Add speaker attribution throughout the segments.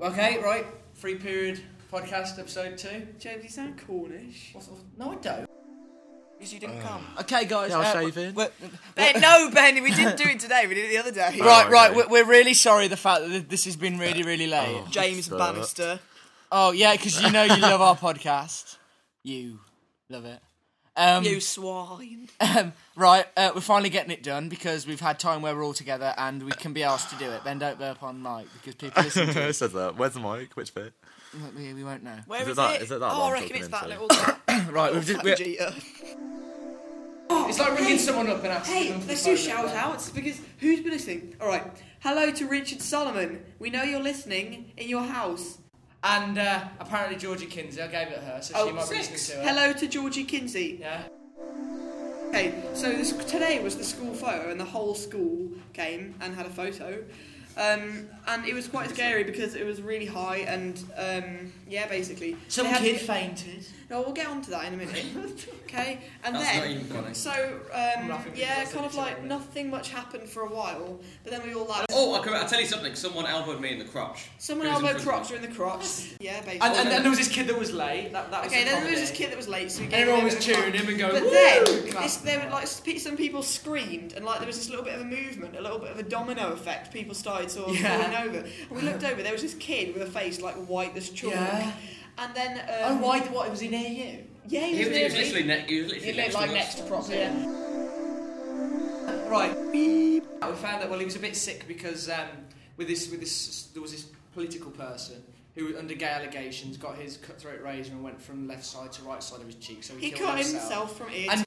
Speaker 1: Okay, right. Free period podcast episode two.
Speaker 2: James, you sound Cornish.
Speaker 1: What's- No, I don't. Because you didn't come.
Speaker 2: Okay, guys.
Speaker 1: uh,
Speaker 3: Can I shave in?
Speaker 1: We're-
Speaker 2: Ben, no, Ben, we didn't do it today. We did it the other day.
Speaker 3: Oh,
Speaker 1: right,
Speaker 3: okay.
Speaker 1: right. We're, we're really sorry the fact that this has been really, really late.
Speaker 3: Oh.
Speaker 2: James
Speaker 3: But-
Speaker 2: Bannister.
Speaker 1: Oh, yeah, because you know you love our podcast. You love it. Um,
Speaker 2: You swine.
Speaker 1: um, right, uh, we're finally getting it done because we've had time where we're all together and we can be asked to do it. Then don't burp on mic because people listen to
Speaker 3: Who
Speaker 1: us.
Speaker 3: says that? Where's the mic? Which bit?
Speaker 1: We, we won't know.
Speaker 2: Where
Speaker 3: Is
Speaker 2: is
Speaker 3: it that- is it that
Speaker 2: oh,
Speaker 3: one
Speaker 2: I
Speaker 3: I'm
Speaker 2: reckon
Speaker 3: talking
Speaker 2: it's that
Speaker 3: into?
Speaker 2: little.
Speaker 1: Right, we've just, we're,
Speaker 2: Jeter.
Speaker 1: it's like ringing someone up and asking
Speaker 2: Hey,
Speaker 1: them for
Speaker 2: let's
Speaker 1: the
Speaker 2: do
Speaker 1: phone
Speaker 2: shout
Speaker 1: number.
Speaker 2: outs because who's been listening? All right. Hello to Richard Solomon. We know you're listening in your house.
Speaker 1: And uh, apparently Georgie Kinsey, I gave it her, so she
Speaker 2: Oh,
Speaker 1: might be
Speaker 2: six.
Speaker 1: listening to it.
Speaker 2: Hello to Georgie Kinsey.
Speaker 1: Yeah.
Speaker 2: Okay, so this, today was the school photo, and the whole school came and had a photo. Um, and it was quite scary because it was really high, and um, yeah, basically. They had-
Speaker 1: fainted.
Speaker 2: No, we'll get onto that in a minute. okay, and
Speaker 4: That's not
Speaker 2: then.
Speaker 4: even funny.
Speaker 2: So,
Speaker 1: laughing
Speaker 2: um, yeah,
Speaker 1: because
Speaker 2: kind
Speaker 1: it's
Speaker 2: of like
Speaker 1: ironic.
Speaker 2: nothing much happened for a while, but then we all like.
Speaker 4: Oh, I can, I'll tell you something. Someone elbowed me in the crotch.
Speaker 2: Someone
Speaker 4: It was in
Speaker 2: elbowed
Speaker 4: front of
Speaker 2: Crocs in the Crocs. Yeah, basically.
Speaker 1: And, and then there was this kid that was late. That, that was
Speaker 2: okay,
Speaker 1: the
Speaker 2: then there was
Speaker 1: comedy.
Speaker 2: this kid that was late, so we
Speaker 1: And
Speaker 2: gave
Speaker 1: everyone
Speaker 2: him
Speaker 1: was
Speaker 2: a bit of time.
Speaker 1: cheering him and going.
Speaker 2: But
Speaker 1: "Woo!"
Speaker 2: then,
Speaker 1: Clap.
Speaker 2: this, there were like sp- some people screamed, and like there was this little bit of a movement, a little bit of a domino effect. People started sort of
Speaker 1: Yeah.
Speaker 2: falling over, and we looked over. There was this kid with a face like white as chalk,
Speaker 1: Yeah.
Speaker 2: and then
Speaker 1: Oh,
Speaker 2: um,
Speaker 1: why? What was he near you?
Speaker 2: Yeah,
Speaker 4: me.
Speaker 2: he
Speaker 4: He
Speaker 2: was,
Speaker 4: was, he
Speaker 2: near
Speaker 4: was
Speaker 2: me.
Speaker 4: literally, ne- he was literally
Speaker 1: He lived
Speaker 4: next
Speaker 1: like
Speaker 4: to
Speaker 1: next
Speaker 4: us.
Speaker 1: to Proxy. Yeah. Right. We found out. Well, he was a bit sick because um, with this, with this, there was this political person who, under gay allegations, got his cutthroat razor and went from left side to right side of his cheek. So he,
Speaker 2: He
Speaker 1: killed
Speaker 2: cut
Speaker 1: himself.
Speaker 2: himself from ear.
Speaker 1: And-
Speaker 2: to-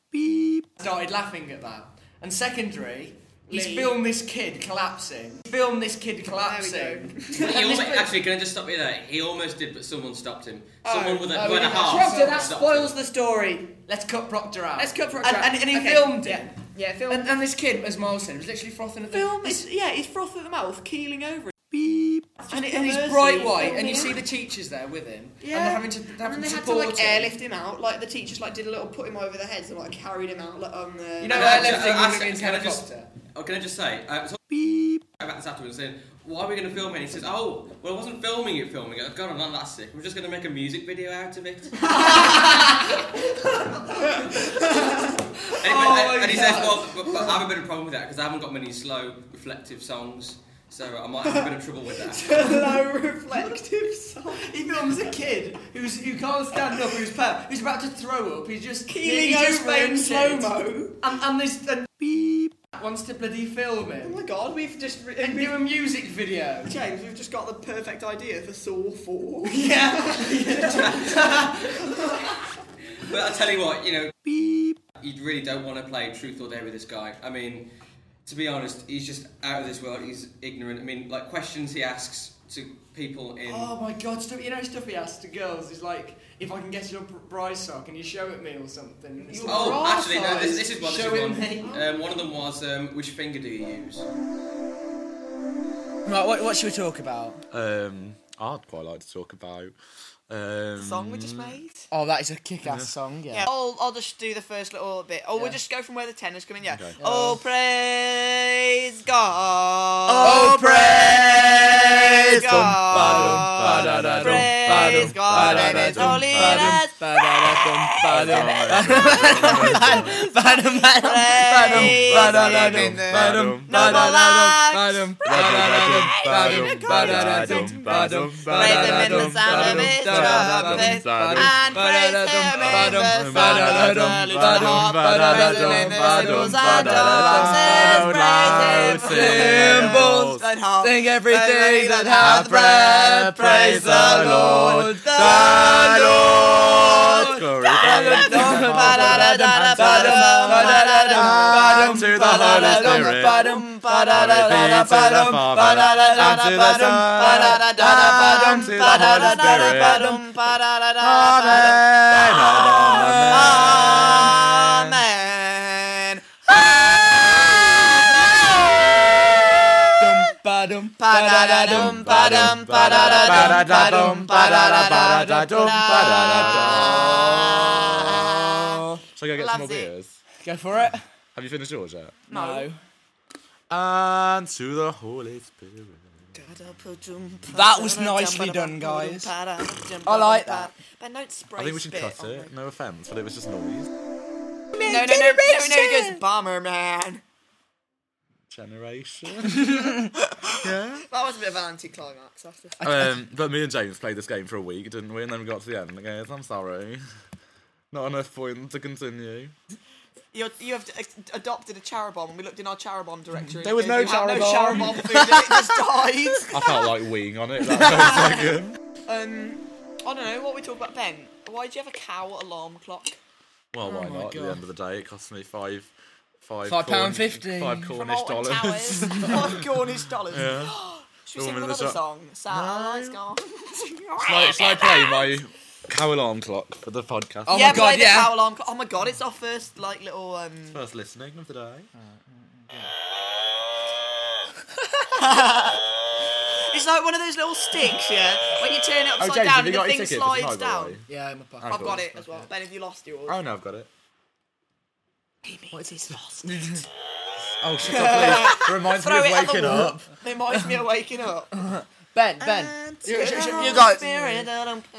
Speaker 1: started laughing at that. And secondary, he's
Speaker 2: Lee.
Speaker 1: filmed this kid collapsing. Filmed this kid
Speaker 2: There
Speaker 1: collapsing. And
Speaker 2: we go.
Speaker 4: He
Speaker 1: this
Speaker 4: almost,
Speaker 1: bit-
Speaker 4: actually, can I just stop you there? He almost did, but someone stopped him.
Speaker 2: Oh,
Speaker 4: Someone with a,
Speaker 1: oh,
Speaker 4: with a
Speaker 1: yeah, that's
Speaker 4: half.
Speaker 1: Proctor,
Speaker 2: Proctor,
Speaker 1: that
Speaker 2: that
Speaker 4: stopped
Speaker 2: spoils
Speaker 4: him.
Speaker 2: the story.
Speaker 1: Let's cut Proctor out.
Speaker 2: Let's cut Proctor
Speaker 1: and,
Speaker 2: out.
Speaker 1: and, and he
Speaker 2: Okay.
Speaker 1: filmed it.
Speaker 2: Yeah, yeah, film.
Speaker 1: And, and this kid, as Miles said, was literally frothing at the
Speaker 2: film
Speaker 1: This,
Speaker 2: is yeah, he's froth at the mouth, keeling over. It's
Speaker 1: and,
Speaker 2: just
Speaker 1: and he's
Speaker 2: perversity.
Speaker 1: bright white, and
Speaker 2: Filming
Speaker 1: you see
Speaker 2: it.
Speaker 1: the teachers there with him,
Speaker 2: Yeah.
Speaker 1: and they're having to
Speaker 2: And
Speaker 1: having
Speaker 2: then
Speaker 1: to
Speaker 2: they had to
Speaker 1: support
Speaker 2: like
Speaker 1: him.
Speaker 2: airlift him out. Like the teachers like did a little put him over the heads and like carried him out like on the.
Speaker 1: You know,
Speaker 4: And
Speaker 1: airlifting
Speaker 4: actually, uh,
Speaker 1: uh,
Speaker 4: actually,
Speaker 1: against
Speaker 4: can I just-
Speaker 1: helicopter.
Speaker 4: Oh, can I just say? I was about this afterwards saying, why are we going to film it? And he says, oh, well, I wasn't filming it, filming it. I've gone, I'm not that sick. We're just going to make a music video out of it. and, he went- and- and he says, well, but, but I have a bit of a problem with that because I haven't got many slow, reflective songs. So I might have a bit of trouble with that.
Speaker 2: low reflective song.
Speaker 1: He films a kid who's who can't stand up, who's pale, who's about to throw up. He's just
Speaker 2: Keeling
Speaker 1: he's just
Speaker 2: over in slow
Speaker 1: fainted.
Speaker 2: mo.
Speaker 1: And, and this and beep wants to bloody film
Speaker 2: Oh
Speaker 1: it
Speaker 2: my god, we've just re-
Speaker 1: and
Speaker 2: we've,
Speaker 1: do a music video.
Speaker 2: James, we've just got the perfect idea for Saw Four.
Speaker 1: Yeah.
Speaker 4: But I tell you what, you know, you really don't want to play truth or dare with this guy. I mean, to be honest, he's just out of this world. He's ignorant. I mean, like questions he asks to people in.
Speaker 1: Oh my god, stuff you know stuff he asks to girls is like if I can get your br- bri sock, can you show it me or something? And it's
Speaker 2: Your
Speaker 1: like,
Speaker 4: Oh,
Speaker 2: bra
Speaker 4: actually, no, this, this is one. This
Speaker 1: Show
Speaker 4: is
Speaker 1: him
Speaker 4: one.
Speaker 1: me.
Speaker 4: Um, one of them was, um, which finger do you use?
Speaker 1: Right, what, what should we talk about?
Speaker 3: Um, I'd quite like to talk about. Um,
Speaker 2: made.
Speaker 1: Oh, that is a kick-ass song. Yeah.
Speaker 2: I'll, I'll just do the first little bit. Oh,
Speaker 1: Yeah.
Speaker 2: we'll just go from where the tenor's coming. Yeah.
Speaker 3: Okay.
Speaker 2: Oh, praise God.
Speaker 3: Oh,
Speaker 2: praise
Speaker 3: God.
Speaker 2: God. Praise God and His holiness. And praise Him in the sound of the little harp. Praise Him in the cymbals and dances. Praise Him in the
Speaker 3: Lord.
Speaker 5: thine heart.
Speaker 6: Sing everything
Speaker 5: Everything
Speaker 6: that
Speaker 5: that
Speaker 6: hath
Speaker 5: hath
Speaker 6: breath, praise the Lord. The Lord.
Speaker 3: Glory
Speaker 6: Ba-dum,
Speaker 3: be to
Speaker 6: ba-dum,
Speaker 3: the
Speaker 6: ba-da-da-da,
Speaker 3: Father,
Speaker 6: ba-da-da-da,
Speaker 3: and to the Holy Spirit.
Speaker 6: ba-dum,
Speaker 3: Glory
Speaker 6: ba-da-da-da,
Speaker 3: be to the
Speaker 6: ba-dum,
Speaker 3: Father,
Speaker 6: ba-da-da-da,
Speaker 3: and to the Son,
Speaker 6: ba-da-da-da,
Speaker 3: and to the Holy Spirit.
Speaker 6: ba-dum, ba-da-da-da,
Speaker 3: Amen. Amen.
Speaker 6: Amen. Amen.
Speaker 3: Ba-dum,
Speaker 6: Ba-da-da-dum, ba-dum, ba-da-da-dum, ba-da-da-dum, ba-da-da-da-dum, ba-da-da-da.
Speaker 3: Shall I go get some more
Speaker 6: Loves it.
Speaker 3: beers?
Speaker 6: Go for it.
Speaker 3: Have you finished yours yet?
Speaker 6: No.
Speaker 3: And to the Holy Spirit.
Speaker 6: That was nicely done, guys.
Speaker 2: I
Speaker 6: like that.
Speaker 2: But don't spray
Speaker 3: I think we should
Speaker 2: spit
Speaker 3: cut
Speaker 2: on
Speaker 3: it. No offense, but it was just noise.
Speaker 2: No, no, no, no, no, it goes bomber man.
Speaker 3: Generation.
Speaker 2: That was a bit of an anticlimax after.
Speaker 3: Um, but me and James played this game for a week, didn't we? And then we got to the end and it goes, I'm sorry. Not enough points to continue.
Speaker 2: You, you have a- adopted a charabomb. We looked in our charabomb directory.
Speaker 6: There was
Speaker 2: You
Speaker 6: no
Speaker 2: have No
Speaker 6: Charabomb.
Speaker 2: charabomb food. and it just died.
Speaker 3: I felt like weeing on it. That was like,
Speaker 2: Um, I don't know what we talk about. Ben, why do you have a cow alarm clock?
Speaker 3: well, why
Speaker 6: my
Speaker 3: not? At
Speaker 6: God.
Speaker 3: the end of the day, it cost me five, five,
Speaker 6: Five
Speaker 3: corn-
Speaker 6: pound fifty.
Speaker 3: five
Speaker 2: From
Speaker 3: Cornish
Speaker 2: Alton
Speaker 3: dollars.
Speaker 2: Towers. Five Cornish dollars. Should we
Speaker 3: The
Speaker 2: sing
Speaker 3: woman in
Speaker 2: another
Speaker 3: the shop.
Speaker 2: song? Satellite's gone.
Speaker 3: Like, shall I play my cow alarm clock for the podcast?
Speaker 6: Oh
Speaker 2: yeah,
Speaker 6: my god,
Speaker 2: play the
Speaker 6: yeah.
Speaker 2: cow alarm clock. Oh my god, it's our first like little um.
Speaker 3: First listening of the day. Oh,
Speaker 2: It's like one of those little sticks, yeah. When you turn it upside
Speaker 3: Oh, James,
Speaker 2: down
Speaker 3: have you
Speaker 2: and the
Speaker 3: got
Speaker 2: thing
Speaker 3: your ticket? It's
Speaker 2: slides
Speaker 3: not, by the
Speaker 2: down.
Speaker 3: way.
Speaker 6: Yeah, in my pocket.
Speaker 2: I've got it as well. Ben, have you lost yours?
Speaker 3: Oh no, I've got it.
Speaker 2: What is lost?
Speaker 3: Oh shut up, please. Reminds me
Speaker 2: Throw
Speaker 3: of
Speaker 2: it at the
Speaker 3: waking
Speaker 2: wall.
Speaker 3: up.
Speaker 2: Reminds me of waking up.
Speaker 6: Ben, Ben. You, sh- sh- you guys,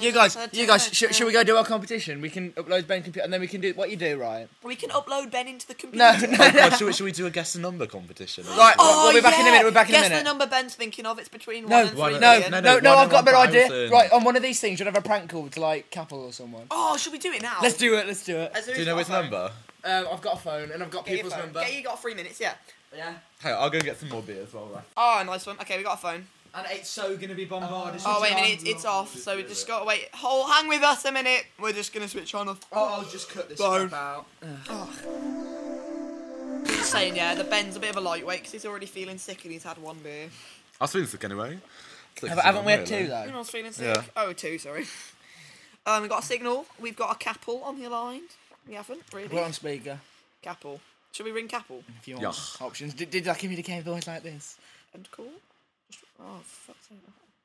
Speaker 6: you guys, you guys. Sh- should we go do our competition? We can upload Ben computer, and then we can do what you do, right?
Speaker 2: We can upload Ben into the computer.
Speaker 6: No, no.
Speaker 3: Oh, God, should, we, should we do a guess the number competition?
Speaker 6: Right,
Speaker 2: Oh,
Speaker 6: we'll be back in a
Speaker 2: yeah.
Speaker 6: minute. We're back in
Speaker 2: Guess
Speaker 6: a minute.
Speaker 2: the number Ben's thinking of. It's between
Speaker 6: No,
Speaker 2: one and
Speaker 3: Why
Speaker 2: three.
Speaker 6: no,
Speaker 3: not?
Speaker 6: no,
Speaker 2: million.
Speaker 3: No,
Speaker 6: no,
Speaker 3: no,
Speaker 6: no,
Speaker 3: why
Speaker 6: I've
Speaker 3: not
Speaker 6: got a better idea.
Speaker 3: thousand?
Speaker 6: Right, on one of these things, you'd have a prank call to like Capel or someone.
Speaker 2: Oh, should we do it now?
Speaker 6: Let's do it. Let's do it.
Speaker 2: Has there
Speaker 3: Do you
Speaker 2: is
Speaker 3: know
Speaker 2: got a
Speaker 3: his
Speaker 2: phone?
Speaker 3: number?
Speaker 1: Uh,
Speaker 6: Um, I've got a phone and I've got
Speaker 2: Get your
Speaker 6: people's
Speaker 2: phone.
Speaker 6: number.
Speaker 2: Get- you got three minutes, yeah.
Speaker 6: Yeah.
Speaker 3: Hey, I'll go get some more beers while we're
Speaker 2: Oh, nice one. Okay, we got a phone.
Speaker 6: And it's so gonna be bombarded.
Speaker 2: Oh, wait a minute, it's, it's off, so we just gotta wait. Hold, hang with us a minute. We're just gonna switch on off.
Speaker 1: Oh, I'll just cut this
Speaker 2: Bone.
Speaker 1: stuff out.
Speaker 2: Just saying, yeah, the Ben's a bit of a lightweight because he's already feeling sick and he's had one beer.
Speaker 3: I was feeling sick anyway. Sick
Speaker 6: Have,
Speaker 3: as
Speaker 6: haven't we had
Speaker 3: anyone,
Speaker 6: two
Speaker 3: really.
Speaker 6: though?
Speaker 2: Everyone's feeling sick.
Speaker 3: Yeah.
Speaker 2: Oh, two, sorry. Um, we've got a signal. We've got a Capel on the line. We haven't, really.
Speaker 6: We're on speaker.
Speaker 2: Capel. Should we ring Capel?
Speaker 6: If you want options, did, did I communicate voice like this?
Speaker 2: End call? Just- Oh, fuck's sake.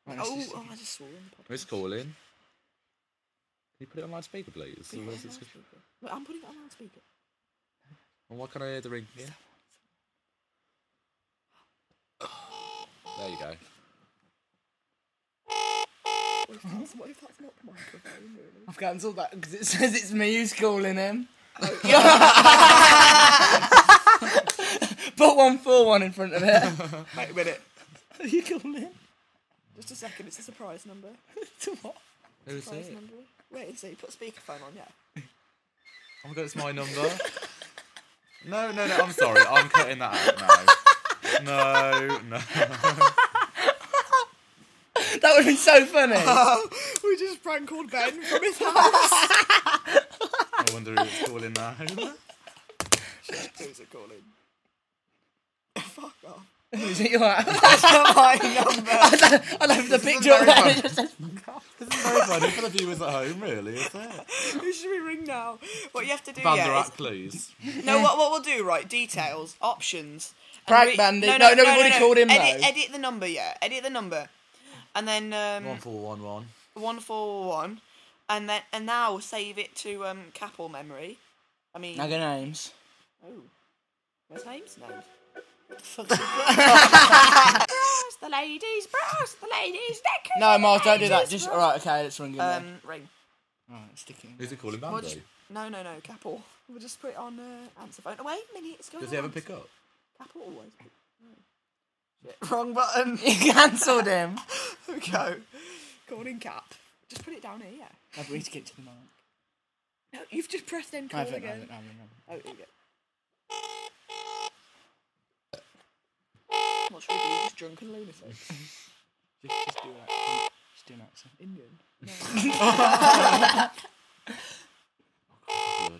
Speaker 6: Right, let's
Speaker 2: Oh,
Speaker 6: just-
Speaker 2: oh, I just swore in the podcast.
Speaker 3: Who's calling? Can you put it on loudspeaker, please? Otherwise it's-
Speaker 2: Wait, I'm putting it on loudspeaker.
Speaker 3: And why can't I hear the ring? There you go.
Speaker 2: What if that's, what if that's not the microphone, really?
Speaker 6: I've cancelled that because it says it's me who's calling him. Put one for one in front of it.
Speaker 2: Wait a minute.
Speaker 6: Are you calling him?
Speaker 2: Just a second, it's a surprise number.
Speaker 6: To what?
Speaker 3: Who is
Speaker 2: Surprise
Speaker 3: it?
Speaker 2: number. Wait and see, put speakerphone on, yeah.
Speaker 3: Oh my god, it's my number. no, no, no, I'm sorry. I'm cutting that out now. No, no.
Speaker 6: That would be so funny.
Speaker 2: We just prank called Ben from his house.
Speaker 3: I wonder who it's calling now.
Speaker 2: Who's it calling? Fuck off.
Speaker 6: Is it your house?
Speaker 2: My number.
Speaker 6: I left the picture up there.
Speaker 3: This is very funny for the viewers at home, really, is it?
Speaker 2: Who should we ring now? What you have to do, yeah.
Speaker 3: Vanderack,
Speaker 2: is-
Speaker 3: please.
Speaker 2: No, what, what we'll do, right? Details, options. and
Speaker 6: Prank bandit. No, no, we've already called him,
Speaker 2: Edit,
Speaker 6: though.
Speaker 2: edit the number, yeah. Edit the number, and then um,
Speaker 3: 1411.
Speaker 2: one four one, and then and now save it to um, Capel memory. I mean,
Speaker 6: Now go names.
Speaker 2: Oh. What's name's name? Brass the ladies, brass the ladies, neck.
Speaker 6: No, Miles, don't do that. Just all right. Okay, let's ring him. Um,
Speaker 2: Um, ring.
Speaker 6: all right, sticking.
Speaker 3: Who's it calling
Speaker 2: We'll just-
Speaker 3: Bambi?
Speaker 2: no, no, no, Capel. We'll just put it on uh, answer phone. Oh, wait a minute, it's going
Speaker 3: Does
Speaker 2: on
Speaker 3: he ever
Speaker 2: answer-
Speaker 3: pick up?
Speaker 2: Capel always. pick-
Speaker 6: Wrong button. You cancelled him.
Speaker 2: There we go. Calling Cap. Just put it down here, yeah.
Speaker 6: I've to get to the mark.
Speaker 2: No, you've just pressed end
Speaker 6: I
Speaker 2: call
Speaker 6: haven't. I
Speaker 2: again.
Speaker 6: haven't. I haven't.
Speaker 2: Oh, here we go. What should we do? Just drunken lunatic.
Speaker 7: Just, just do an accent. Just do an accent. Indian.
Speaker 6: Oh.
Speaker 7: Just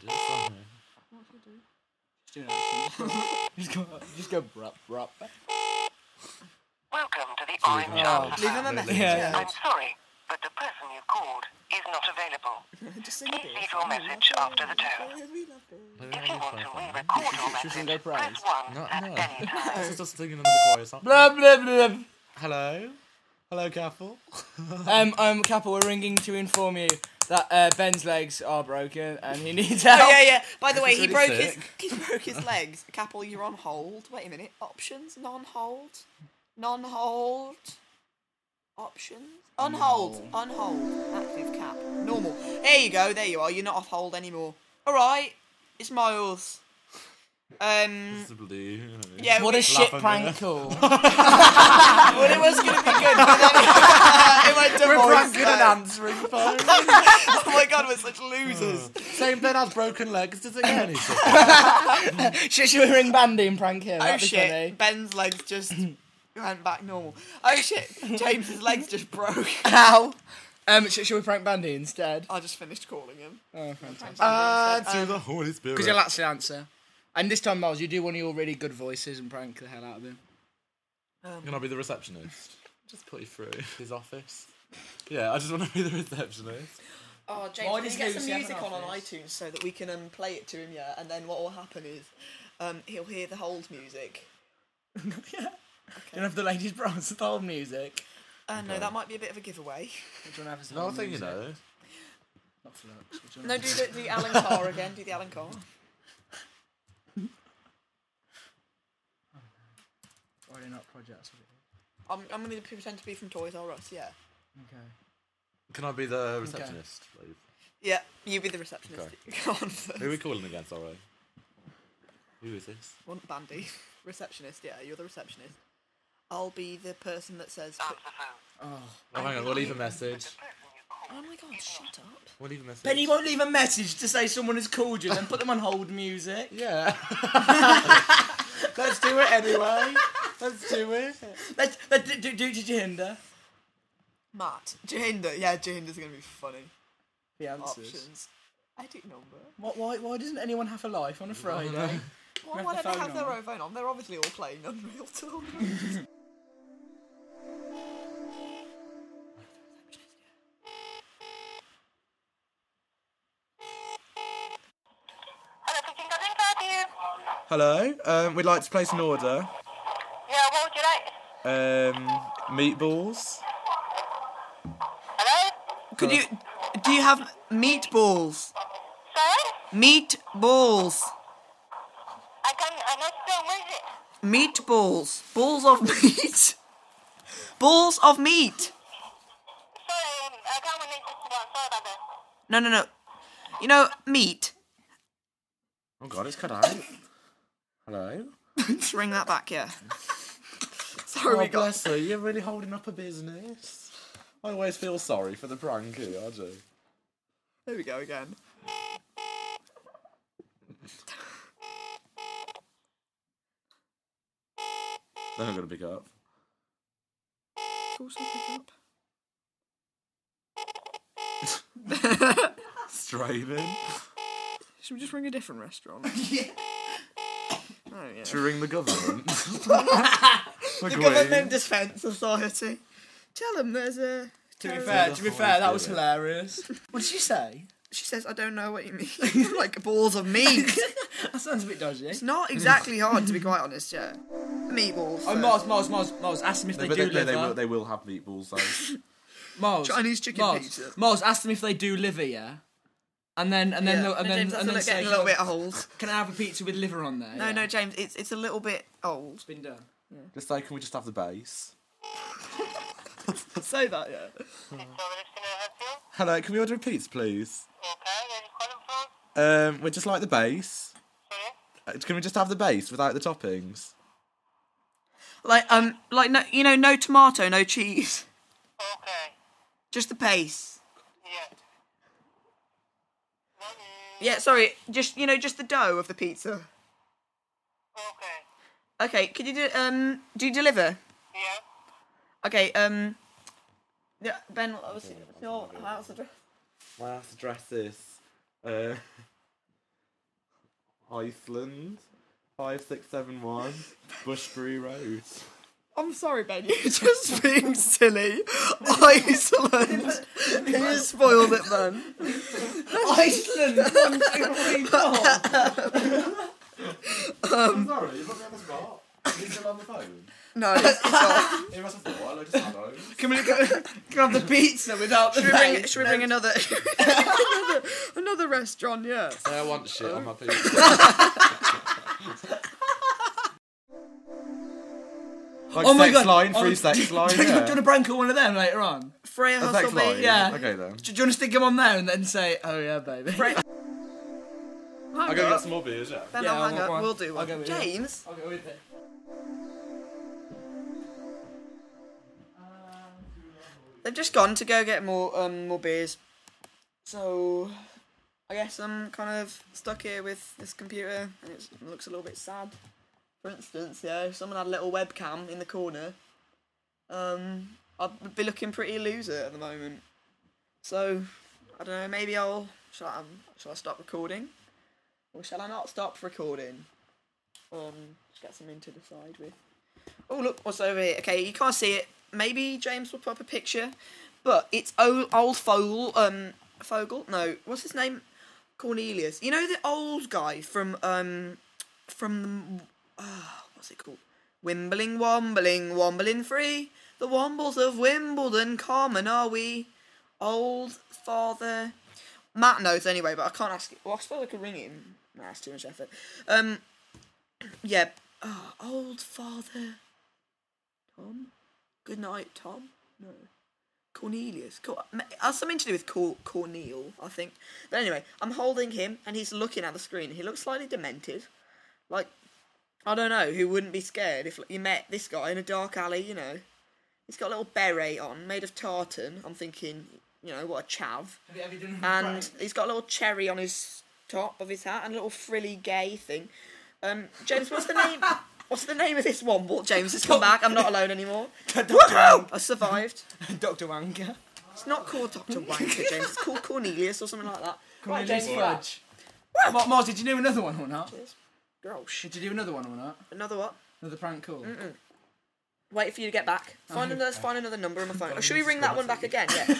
Speaker 7: do an accent. Just go, just go, rap, rap.
Speaker 8: Welcome to the Orange Arms.
Speaker 2: Leave him a message.
Speaker 7: Yeah.
Speaker 2: Yeah.
Speaker 8: I'm sorry, but the person you called is not available.
Speaker 2: Just sing a
Speaker 8: Please
Speaker 2: bit.
Speaker 8: leave your message after the tone.
Speaker 2: We love it.
Speaker 8: If you want to re-record your
Speaker 7: Should we sing
Speaker 8: message,
Speaker 7: Go
Speaker 8: press
Speaker 7: Prize?
Speaker 8: 1
Speaker 3: No,
Speaker 8: at
Speaker 3: no.
Speaker 8: any time.
Speaker 3: This is just singing in the choir. song.
Speaker 6: Blah blah blah.
Speaker 3: Hello, hello, Caffel.
Speaker 7: Um, um, Kappa, we're ringing to inform you that uh, Ben's legs are broken and he needs help.
Speaker 2: Oh yeah, yeah. By the way,
Speaker 3: It's
Speaker 2: he
Speaker 3: really
Speaker 2: broke his he broke his legs. Capel, you're on hold. Wait a minute. Options, non-hold, non-hold. Options, on hold, on hold. Active cap, normal. There you go. There you are. You're not off hold anymore. All right. It's Miles. Um.
Speaker 3: It's a blue.
Speaker 2: Yeah.
Speaker 7: What
Speaker 2: we-
Speaker 7: a shit
Speaker 3: Laughing
Speaker 7: prank call.
Speaker 2: well, it was gonna be good. But then it, it went to
Speaker 6: We're
Speaker 2: voice
Speaker 6: pranking and
Speaker 2: there.
Speaker 6: answering phone.
Speaker 2: Oh my god, we're such losers.
Speaker 3: Saying Ben has broken legs doesn't get any support.
Speaker 7: should, should we ring Bandy and prank him?
Speaker 2: Oh
Speaker 7: That'd be
Speaker 2: shit,
Speaker 7: funny.
Speaker 2: Ben's legs just went back normal. Oh shit, James's legs just broke. Ow.
Speaker 7: Um, should, should we prank Bandy instead?
Speaker 2: I just finished calling him.
Speaker 7: Oh, fantastic.
Speaker 3: Ah,
Speaker 6: Um,
Speaker 3: to the Holy Spirit.
Speaker 7: Because you'll actually answer. And this time, Miles, you do one of your really good voices and prank the hell out of him.
Speaker 3: Can I be the receptionist? Just put you through his office. Yeah, I just want to be the receptionist.
Speaker 2: Oh, James,
Speaker 7: Why
Speaker 2: can
Speaker 7: does
Speaker 2: you get some
Speaker 7: Lucy have an
Speaker 2: music on on
Speaker 7: office?
Speaker 2: iTunes so that we can um, play it to him, yeah? And then what will happen is um, he'll hear the hold music.
Speaker 7: You know, if the ladies browse the whole music.
Speaker 2: Uh, no, that might be a bit of a giveaway.
Speaker 7: Which one have
Speaker 3: Another thing you know,
Speaker 7: Not Flux. Which one
Speaker 2: No, do the, do Alan Carr again. Do the Alan Carr.
Speaker 7: Friday Night Projects.
Speaker 2: I'm, I'm going to pretend to be from Toys R Us, yeah.
Speaker 7: Okay.
Speaker 3: can I be the receptionist, please?
Speaker 2: Yeah, you be the receptionist.
Speaker 3: Okay.
Speaker 2: Go on first.
Speaker 3: Who are we calling again, sorry? Who is this?
Speaker 2: One bandy. Receptionist, yeah, you're the receptionist. I'll be the person that says.
Speaker 8: Answer the phone.
Speaker 3: Oh, hang on, we'll leave a message.
Speaker 8: The person you called
Speaker 2: Oh my god, shut up.
Speaker 3: We'll leave a message.
Speaker 7: Penny won't leave a message to say someone has called you, then put them on hold music.
Speaker 3: Yeah. Let's do it anyway. Let's do it.
Speaker 7: Let's, let's do, do, do, do Jinder.
Speaker 2: Matt. Jahinder, yeah, Jahinder's gonna be funny.
Speaker 7: The answers.
Speaker 2: Options. Edit number.
Speaker 7: What, why, why doesn't anyone have a life on a Friday?
Speaker 2: Why,
Speaker 7: Have
Speaker 2: why
Speaker 7: the
Speaker 2: don't they
Speaker 7: phone
Speaker 2: have their
Speaker 7: on.
Speaker 2: own phone on? They're obviously all playing Unreal Tournament.
Speaker 8: Hello, Picking Got Inside here.
Speaker 3: Hello. Um, we'd like to place an order.
Speaker 8: Yeah, what would you like?
Speaker 3: Um, meatballs.
Speaker 8: Hello?
Speaker 2: Could you. Do you have meatballs?
Speaker 8: Sorry?
Speaker 2: Meatballs.
Speaker 8: I can I'm not sure where is it.
Speaker 2: Meatballs. Balls of meat. Balls of meat.
Speaker 8: Sorry, um, I can't manage this one. Sorry about that.
Speaker 2: No, no, no. You know, meat.
Speaker 3: Oh god, it's cut out. Hello.
Speaker 2: Just ring that back, yeah. Sorry, we got.
Speaker 3: Oh, her. You're really holding up a business. I always feel sorry for the pranky, I do.
Speaker 2: There we go again.
Speaker 3: Then I'm gonna pick up. Striving.
Speaker 2: Should we just ring a different restaurant? Oh, yeah.
Speaker 3: Should we ring the government?
Speaker 2: The Government Defence Society. Tell them there's a.
Speaker 7: to be
Speaker 2: terrorist-
Speaker 7: fair, to be fair, that was
Speaker 3: Spirit.
Speaker 7: hilarious. What did you say?
Speaker 2: She says, I don't know what you mean. like balls of meat.
Speaker 7: That sounds a bit dodgy.
Speaker 2: it's not exactly hard, to be quite honest, yeah. Meatballs.
Speaker 7: Oh,
Speaker 2: so-
Speaker 7: Miles, Miles, Miles, Miles, ask them if they
Speaker 3: but
Speaker 7: do
Speaker 3: they, they,
Speaker 7: liver.
Speaker 3: will, they will have meatballs though.
Speaker 7: Miles,
Speaker 2: Chinese chicken
Speaker 7: Miles,
Speaker 2: pizza.
Speaker 7: Miles, ask them if they do liver, yeah? And then, and then,
Speaker 2: Yeah.
Speaker 7: they'll- and
Speaker 2: No,
Speaker 7: then,
Speaker 2: James, that's
Speaker 7: and
Speaker 2: a
Speaker 7: then
Speaker 2: little-
Speaker 7: say,
Speaker 2: getting a little bit old.
Speaker 7: can I have a pizza with liver on there?
Speaker 2: No,
Speaker 7: Yeah.
Speaker 2: no, James, it's it's a little bit old.
Speaker 7: It's been done.
Speaker 3: just say, can we just have the base?
Speaker 2: Say that, yeah.
Speaker 8: So, we're just going to help you.
Speaker 3: Hello, can we order a pizza, please?
Speaker 8: Okay, where are you calling from?
Speaker 3: Um, we're just like the base.
Speaker 8: Sorry?
Speaker 3: Uh, Can we just have the base without the toppings?
Speaker 2: Like um, like no, you know, no tomato, no cheese,
Speaker 8: Okay.
Speaker 2: just the paste.
Speaker 8: Yeah. Money.
Speaker 2: Yeah, sorry, just you know, just the dough of the pizza.
Speaker 8: Okay.
Speaker 2: Okay, could you do um do you deliver?
Speaker 8: Yeah.
Speaker 2: Okay, um yeah, Ben, what was what's your house address?
Speaker 3: My last address is uh, Iceland, five six seven one Bushbury Road.
Speaker 2: I'm sorry, Ben, you
Speaker 6: Just being silly. Iceland. you spoiled it, man.
Speaker 1: Iceland, one, two, three, four.
Speaker 3: I'm sorry, you put me on the spot. He's still on the phone.
Speaker 6: No, it's, it's not.
Speaker 3: He must have thought I just hello.
Speaker 1: Can we go, grab the pizza without the
Speaker 6: Should we bring,
Speaker 1: bait?
Speaker 6: should we bring another, another another restaurant? Yeah.
Speaker 3: I want shit on my people. Like
Speaker 7: Oh my
Speaker 3: sex
Speaker 7: God.
Speaker 3: line,
Speaker 7: Oh,
Speaker 3: free sex line.
Speaker 7: Do you
Speaker 3: yeah.
Speaker 7: want to prank on one of them later on?
Speaker 6: Freya
Speaker 3: A sex
Speaker 6: Hasselbeck.
Speaker 3: line.
Speaker 7: yeah.
Speaker 3: Okay then.
Speaker 7: Do, do you want to stick him on there and then say, "Oh yeah, baby"?
Speaker 3: I'll go get some more beers. Yeah.
Speaker 6: Then
Speaker 7: Yeah,
Speaker 6: I'll
Speaker 7: I'll
Speaker 6: hang
Speaker 7: want
Speaker 6: up.
Speaker 7: one.
Speaker 6: We'll do
Speaker 7: I'll go
Speaker 6: one.
Speaker 7: with you.
Speaker 6: James.
Speaker 7: I'll go with it.
Speaker 6: They've just gone to go get more um more beers.
Speaker 2: So I guess I'm kind of stuck here with this computer and it's, it looks a little bit sad. For instance, yeah, if someone had a little webcam in the corner, um, I'd be looking pretty loser at the moment. So I don't know, maybe I'll shall I, um, shall I stop recording? Or shall I not stop recording? Um, just get something to decide with. Oh look, what's over here? Okay, you can't see it. Maybe James will pop a picture, but it's old old Fogel. Um, Fogel. No, what's his name? Cornelius. You know the old guy from um from uh, what's it called? Wimbling, wombling, wombling free. The wombles of Wimbledon common are we? Old father. Matt knows anyway, but I can't ask. Well, I suppose I could ring him. Nah, that's too much effort. Um, yeah. ah, old father. Tom. Good night, Tom. No. Cornelius. Cor- ma- has something to do with Cor- Corneal, I think. But anyway, I'm holding him, and he's looking at the screen. He looks slightly demented. Like, I don't know, who wouldn't be scared if like, you met this guy in a dark alley, you know? He's got a little beret on, made of tartan. I'm thinking, you know, what a chav.
Speaker 7: Have you, have you done
Speaker 2: And he's got a little cherry on his top of his hat and a little frilly gay thing. Um, James, what's the name? What's the name of this womble? James has come back. I'm not alone anymore. Woohoo! I survived.
Speaker 7: Doctor Wanker?
Speaker 2: It's not called Dr. Wanker, James. It's called Cornelius or something like that.
Speaker 7: Right, James Fudge. Mar- Mars, did you do another one or not?
Speaker 2: Grosh.
Speaker 7: Did you do another one or not?
Speaker 2: Another what?
Speaker 7: Another prank call?
Speaker 2: Wait for you to get back. Find another. Let's find another number on my phone. Or should we ring that one back again? Yeah.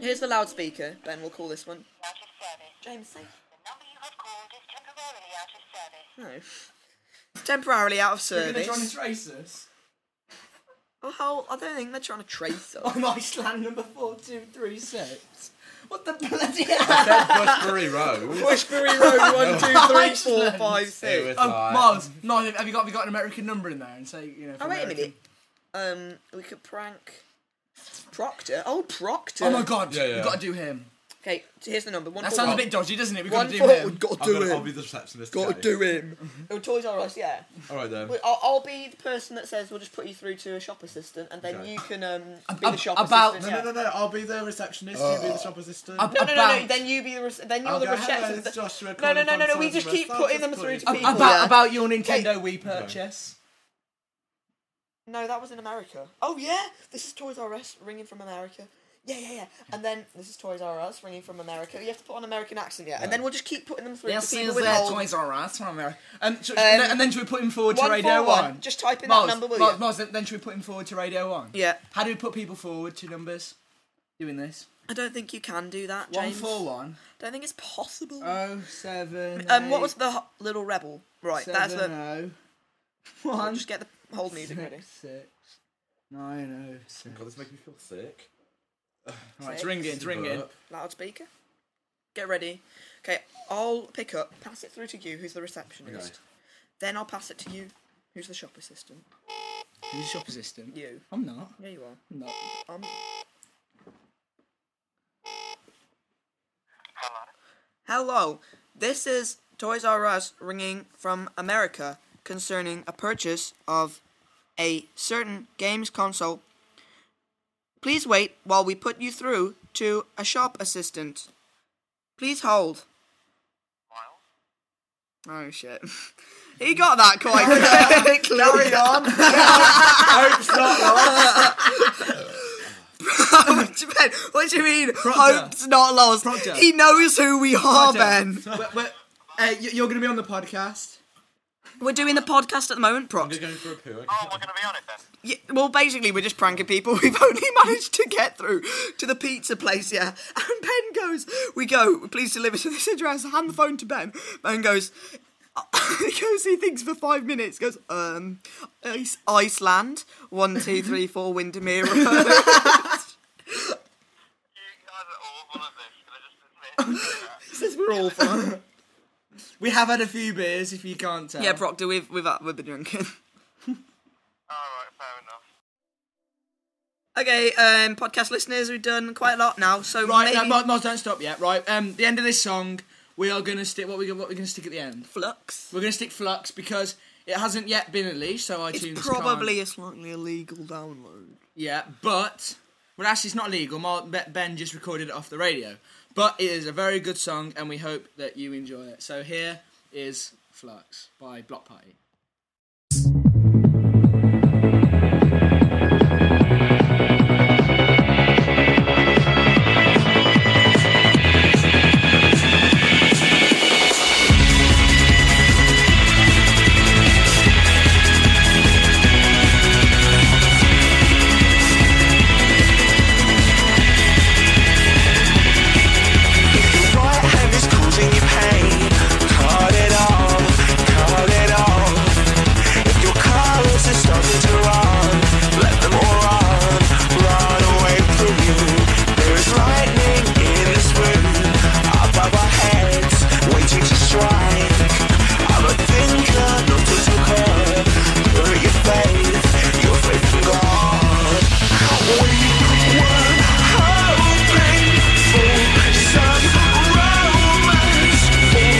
Speaker 2: Here's the loudspeaker. Ben, we'll call this one.
Speaker 8: Out of service.
Speaker 2: James, say
Speaker 8: The number you have called is temporarily out of service.
Speaker 2: no. Temporarily out of
Speaker 7: Are they trying to
Speaker 2: service.
Speaker 7: trace us?
Speaker 2: Oh, how- I don't think they're trying to trace us.
Speaker 7: I'm Iceland number 4236. What the bloody hell?
Speaker 3: Bushbury Road.
Speaker 2: Bushbury Road one two three four
Speaker 7: Iceland.
Speaker 2: five
Speaker 3: It
Speaker 2: six.
Speaker 3: was
Speaker 7: Oh,
Speaker 3: like-
Speaker 7: Mars, no, have have you got have you got an American number in there and say you know?
Speaker 2: Oh
Speaker 7: for
Speaker 2: wait a
Speaker 7: American-
Speaker 2: minute. Um, we could prank Proctor. Oh Proctor.
Speaker 7: Oh my God!
Speaker 3: Yeah, yeah.
Speaker 7: We've got to do him.
Speaker 2: Okay, so here's the number. One
Speaker 7: That
Speaker 2: four
Speaker 7: sounds a
Speaker 2: one.
Speaker 7: bit dodgy, doesn't it? We've got
Speaker 2: One
Speaker 7: to do
Speaker 2: four.
Speaker 7: him.
Speaker 2: We've got to
Speaker 3: I'm
Speaker 2: do
Speaker 3: gonna, I'll
Speaker 2: him.
Speaker 3: be the receptionist.
Speaker 2: Got to
Speaker 3: today.
Speaker 2: do him. Oh, Toys R Us, yeah.
Speaker 3: All right then.
Speaker 2: Well, I'll, I'll be the person that says we'll just put you through to a shop assistant, and then
Speaker 3: Okay.
Speaker 2: you can um be the
Speaker 7: ab-
Speaker 2: shop
Speaker 7: about-
Speaker 2: assistant.
Speaker 3: No,
Speaker 2: yeah.
Speaker 3: no, no, no. I'll be the receptionist. you be the shop assistant.
Speaker 7: Ab-
Speaker 2: No, no, no, no.
Speaker 7: about-
Speaker 2: Then you be the re- then you're
Speaker 3: I'll
Speaker 2: the
Speaker 3: go, "Hello,
Speaker 2: receptionist.
Speaker 3: it's Joshua
Speaker 2: No, no,
Speaker 3: calling
Speaker 2: no, no,
Speaker 3: from
Speaker 2: no. We just
Speaker 3: Sainsbury's.
Speaker 2: keep putting them
Speaker 3: Just
Speaker 2: through to
Speaker 3: put it-
Speaker 2: people.
Speaker 7: about
Speaker 2: yeah.
Speaker 7: about your Nintendo Wii purchase.
Speaker 2: No, that was in America. Oh yeah, this is Toys R Us ringing from America. Yeah, yeah, yeah. And then this is Toys R Us ringing from America. You have to put on American accent, yeah. And then we'll just keep putting them through.
Speaker 7: Yeah,
Speaker 2: to
Speaker 7: seeing
Speaker 2: people
Speaker 7: as
Speaker 2: with
Speaker 7: they're
Speaker 2: old-
Speaker 7: Toys R Us from America. Um, sh-
Speaker 2: Um,
Speaker 7: and then should we put him forward to
Speaker 2: One
Speaker 7: Radio
Speaker 2: four one.
Speaker 7: One?
Speaker 2: Just type in
Speaker 7: Mars,
Speaker 2: that number, will
Speaker 7: Mars,
Speaker 2: you?
Speaker 7: Mars, then- then should we put him forward to Radio One?
Speaker 2: Yeah.
Speaker 7: How do we put people forward to numbers? Doing this.
Speaker 2: I don't think you can do that,
Speaker 7: One
Speaker 2: James.
Speaker 7: four one.
Speaker 2: Don't think it's possible.
Speaker 7: Oh seven.
Speaker 2: um, what was the ho- little rebel? Right, that's the.
Speaker 7: oh.
Speaker 2: I'll
Speaker 7: uh, One
Speaker 2: just get the whole music ready.
Speaker 7: six, six nine oh six.
Speaker 3: God, this makes me feel sick.
Speaker 7: Right, it's ringing, it's ringing.
Speaker 3: Burp.
Speaker 2: Loudspeaker. Get ready. Okay, I'll pick up, pass it through to you, who's the receptionist.
Speaker 3: Okay.
Speaker 2: Then I'll pass it to you, who's the shop assistant.
Speaker 7: Who's shop assistant?
Speaker 2: You.
Speaker 7: I'm not.
Speaker 2: Yeah, you are.
Speaker 7: I'm not.
Speaker 2: Um. Hello. This is Toys R Us ringing from America concerning a purchase of a certain games console. Please wait while we put you through to a shop assistant. Please hold. Oh shit. He got that quite quickly.
Speaker 7: Carry on. Hope's not lost.
Speaker 2: ben, what do you mean? Hope's not lost.
Speaker 7: Proctor.
Speaker 2: He knows who we are, Oh, Ben.
Speaker 7: We're- we're- uh, you- you're going to be on the podcast.
Speaker 2: We're doing the podcast at the moment, Prox.
Speaker 9: You're going for a poo. okay.
Speaker 10: Oh, we're going to be on it then.
Speaker 2: Yeah, well, basically, we're just pranking people. We've only managed to get through to the pizza place, yeah. And Ben goes, "We go, please deliver to this address." I hand the phone to Ben. Ben goes, he goes, he thinks for five minutes. Goes, um, Ice- Iceland, one, two, three, four, Windermere. Road."
Speaker 10: You guys are awful at this. Can I just admit?
Speaker 7: Says we're all fun. we have had a few beers, if you can't tell.
Speaker 2: yeah, Proctor, we've we've uh, we've been drinking.
Speaker 10: Alright, fair enough.
Speaker 2: Okay, um, podcast listeners, we've done quite a lot now. So
Speaker 7: Right,
Speaker 2: maybe
Speaker 7: no, Mos, Mos, don't stop yet. Right, um, the end of this song, we are gonna stick. What we what we're gonna stick at the end?
Speaker 2: flux.
Speaker 7: We're gonna stick Flux because it hasn't yet been released, so
Speaker 2: It's
Speaker 7: iTunes
Speaker 2: probably
Speaker 7: can't.
Speaker 2: a slightly illegal download.
Speaker 7: yeah, but well, actually, it's not legal. Mar- Be- Ben just recorded it off the radio, but it is a very good song, and we hope that you enjoy it. So here is Flux by Block Party.
Speaker 11: right hand is causing you pain. Cut it off, cut it off. If your colors are starting to run, let them all run, run away from you. There is lightning in this room, above our heads, waiting to strike. I'm a thinker, not a talker. Look at your faith, your faith in God. We were hoping for some romance. All we found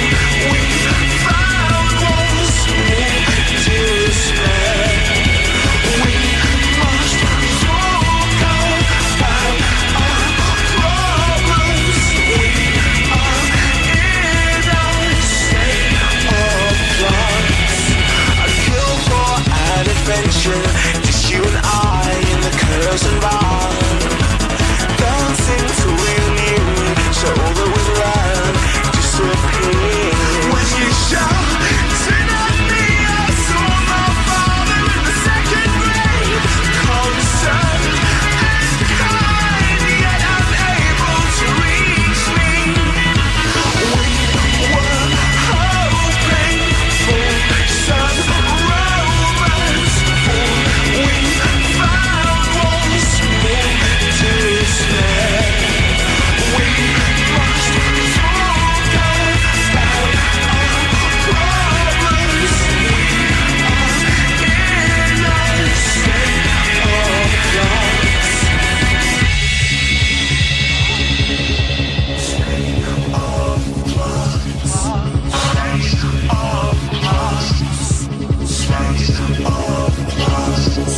Speaker 11: was more despair. We must talk about our problems. We are in a state of flux. A kill for an adventure. Just you and I in the curtain bar dancing to real music, so all that we learn disappears. When you shouted at me, I saw my father in the second grade, concerned and kind, yet unable to reach me. We were hoping for some romance. All we found was more despair. We must talk about our problems. We are in a state of flux. State of flux. State of flux. State of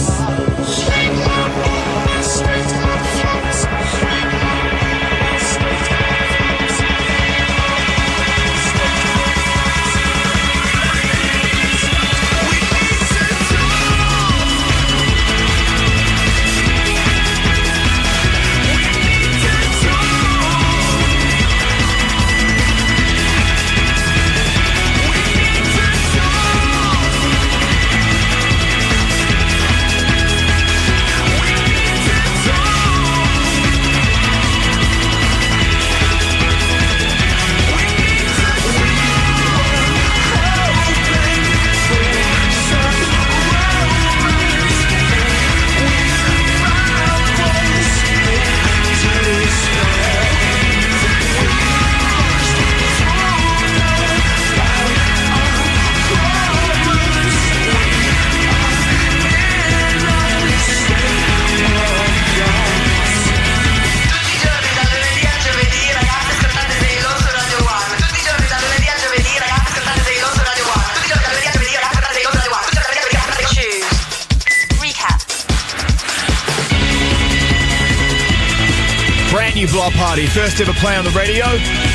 Speaker 12: Brand new Block Party, first ever play on the radio.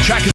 Speaker 12: Track is